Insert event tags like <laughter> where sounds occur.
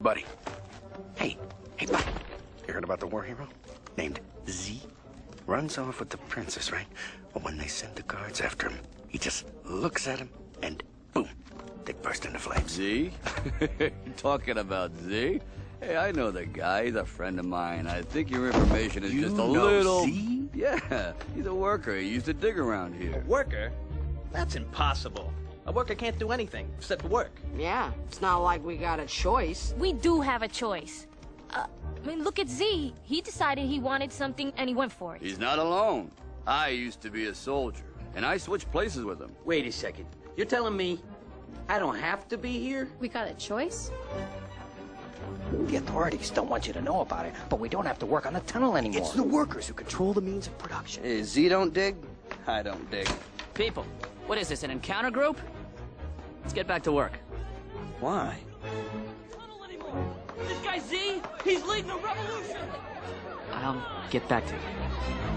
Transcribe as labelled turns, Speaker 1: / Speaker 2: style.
Speaker 1: buddy. Hey, hey, buddy. You heard about the war hero named Z? Runs off with the princess, right? But when they send the guards after him, he just looks at him and boom, they burst into flames.
Speaker 2: Z? <laughs> Talking about Z? Hey, I know the guy. He's a friend of mine. I think your information is
Speaker 1: You
Speaker 2: just a
Speaker 1: know
Speaker 2: little.
Speaker 1: Z?
Speaker 2: Yeah, he's a worker. He used to dig around here.
Speaker 3: Worker? That's impossible. A worker can't do anything except work.
Speaker 4: Yeah, it's not like we got a choice.
Speaker 5: We do have a choice. Uh, I mean, look at Z. He decided he wanted something and he went for it.
Speaker 2: He's not alone. I used to be a soldier, and I switched places with him.
Speaker 3: Wait a second. You're telling me I don't have to be here?
Speaker 6: We got a choice?
Speaker 7: The authorities don't want you to know about it, but we don't have to work on the tunnel anymore.
Speaker 8: It's the workers who control the means of production.
Speaker 9: Hey, Z don't dig? I don't dig.
Speaker 10: People, what is this, an encounter group? Let's get back to work.
Speaker 9: Why?
Speaker 10: I'll get back to you.